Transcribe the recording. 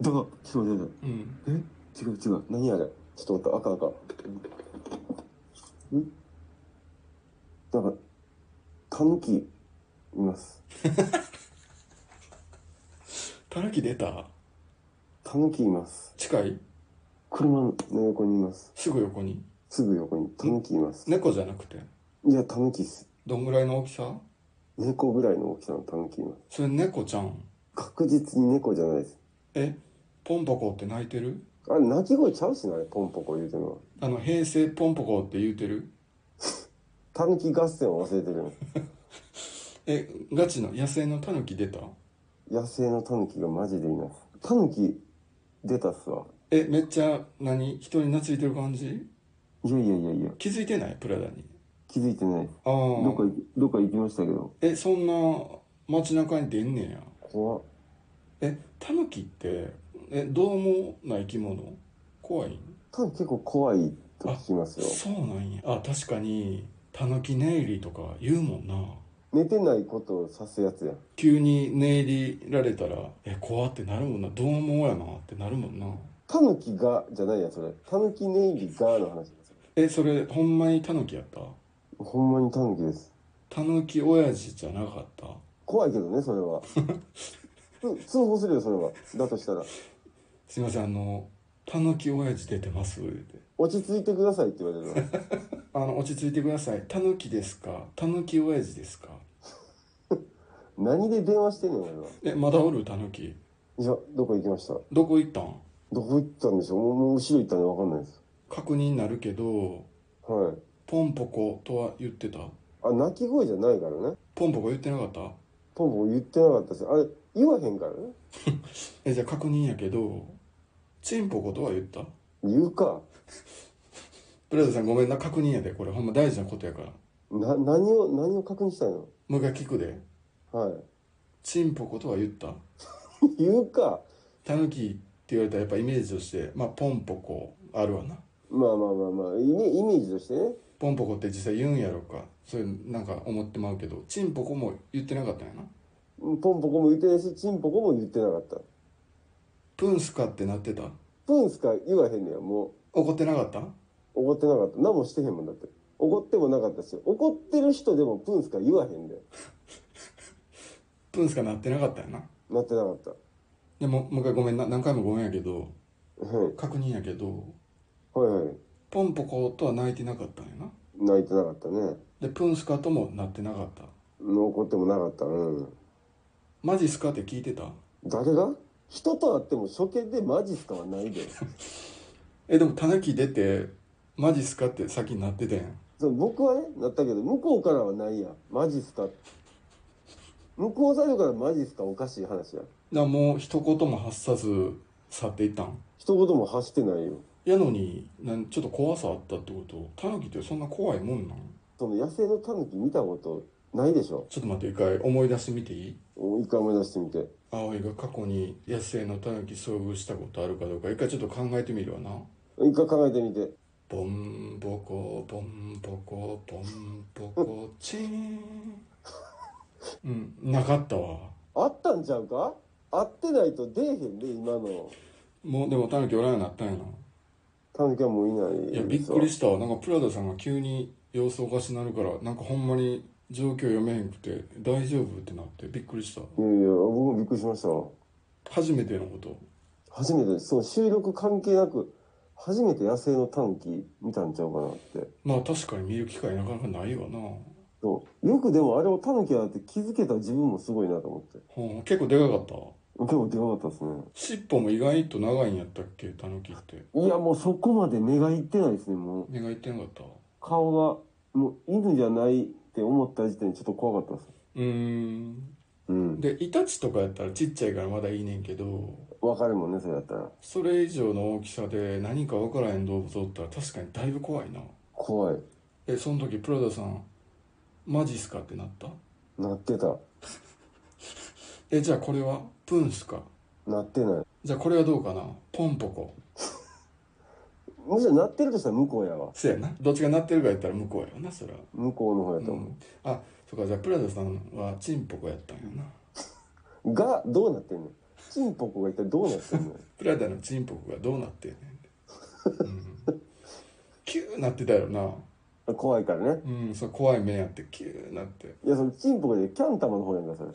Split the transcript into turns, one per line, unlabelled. だが、すいません。
うん。
え違う違う。何あれちょっと待った。赤赤。んなんか、タヌキ、います。
タヌキ出た
タヌキいます。
近い
車の横にいます。
すぐ横に
すぐ横にタヌキいます。
猫じゃなくて
いや、タヌキっす。
どんぐらいの大きさ
猫ぐらいの大きさのタヌキいます。
それ猫ちゃん。
確実に猫じゃないです。
えポンポコって泣いてる
あれ、鳴き声ちゃうしな、あれ、ポンポコ言うてるのは。
あの、平成ポンポコって言うてる
タヌキ合戦を忘れてるの。
え、ガチの野生のタヌキ出た
野生のタヌキがマジでいないです。タヌキ、出たっすわ。
え、めっちゃ、何人に懐いてる感じ
いやいやいやいや、
気づいてないプラダに。
気づいてないです。
あ
どっか
あ。
行き、どっか行きましたけど。
え、そんな街中に出んねや。
怖っ
え、タヌキって、え、どうもな生き物怖いん
多分結構怖いと聞きますよ。
そうなんや。あ、確かに、タヌキ寝入りとか言うもんな。
寝てないことを指すやつやん。
急に寝入りられたら、え、怖ってなるもんな。どうもやなってなるもんな。
タヌキが、じゃないやん、それ。タヌキネイリがの話です。
え、それ、ほんまにタヌキやった
ほんまにタヌキです。
タヌキ親父じゃなかった
怖いけどね、それは。うん通報するよ、それは。だとしたら。
すいません、あの、タヌキ親父出てます言うて。
落ち着いてくださいって言われるの。
あの、落ち着いてください。タヌキですかタヌキ親父ですか
何で電話してんの、俺は。
え、まだおるタヌキ。
いや、どこ行きましたど
どこ行ったん
こ行ったんでしょうもうもう後ろ行ったんでわかんないです。
確認になるけど、
はい。
ポンポコとは言ってた
あ、鳴き声じゃないからね。
ポンポコ言ってなかった
ポンポン言ってなかったし、あれ、言わへんからね。
え、じゃあ確認やけど、チンポコとは言った
言うか。
プラザさんごめんな、確認やで。これほんま大事なことやから。
な、何を、何を確認したいの
もう一回聞くで。
は
チンポコとは言った
い。 言うか。
タヌキって言われたらやっぱイメージとして、まあ、ポンポコあるわな。
まあまあまあまあ、イメイメージとしてね。
ポンポコって実際言うんやろかそれなんか思ってまうけどチンポコも言ってなかったんやな
ポンポコも言ってないし、チンポコも言ってなかった。
プンスカってなってた
プンスか言わへんねや、も
怒ってなかった
う。怒ってなかった。何もしてへんもんだって。怒ってもなかったし、怒ってる人でもプンスか言わへんで。
プンスカなってなかったよな
なってなかった。
でももう一回ごめんな何回もごめんやけど
はい。
確認やけど
はいはい。
ポンポコとは泣いてなかったんやな
泣いてなかったね。
でプンスカともなってなかった
怒ってもなかった。うん。
マジスカって聞いてた
誰が人と会っても初見でマジっすかはないで。
えでもタヌキ出てマジスカって先になってたやん
そう僕はね、なったけど、向こうからはないやん。マジっすか。向こうサイドからマジっすかおかしい話や。
だからもう一言も発さず去っていったん
一言も発してないよ。
やのになんちょっと怖さあったってことタヌキってそんな怖いもんなん
その野生のタヌキ見たことないでしょ
ちょっと待って一回思い出してみていい
一回思い出してみて
葵が過去に野生のタヌキ遭遇したことあるかどうか一回ちょっと考えてみるわな
一回考えてみて
ボンボコボンボコボンボコチーンうんなかったわ
あったんちゃうか会ってないと出えへんで今の
もうでもタヌキおらんようになったんやな
タヌキはもういない
いやびっくりしたわなんかプラダさんが急に様子おかしになるからなんかほんまに状況読めへんくて大丈夫ってなってびっくりした
いやいや僕もびっくりしましたわ
初めてのこと
初めてその収録関係なく初めて野生のタヌキ見たんちゃうかなって
まあ確かに見る機会なかなかないわな
そうよくでもあれをタヌキだって気づけた自分もすごいなと思って
うん結構でかかったわ
結構でかかったですね
尻尾も意外と長いんやったっけタヌキって
いやもうそこまで目がいってないですねもう
目がいってなかった
顔がもう犬じゃないって思った時点でちょっと怖かったです
うーん
うん
でイタチとかやったらちっちゃいからまだいいねんけど
わかるもんねそれやったら
それ以上の大きさで何か分からへん動物おったら確かにだいぶ怖いな
怖い
えその時プラダさんマジっすかってなった
なってた
えじゃあこれはプンスか
なってない
じゃあこれはどうかなポンポコ
むしろなってるとしたら向こうやわ
せやなどっちが鳴ってるかやったら向こうやわなそら
向こうの方や
う
と思
んあそうかじゃあプラダさんはチンポコやったんやな
う、がどうなってんのチンポコが一体どうなってんの
プラダのチンポコがどうなってんねん、うん、キューなってたよな
怖いからね。
うんそう怖い目やってキューなって
いや、そのチンポコでキャン玉の方やんか、それ。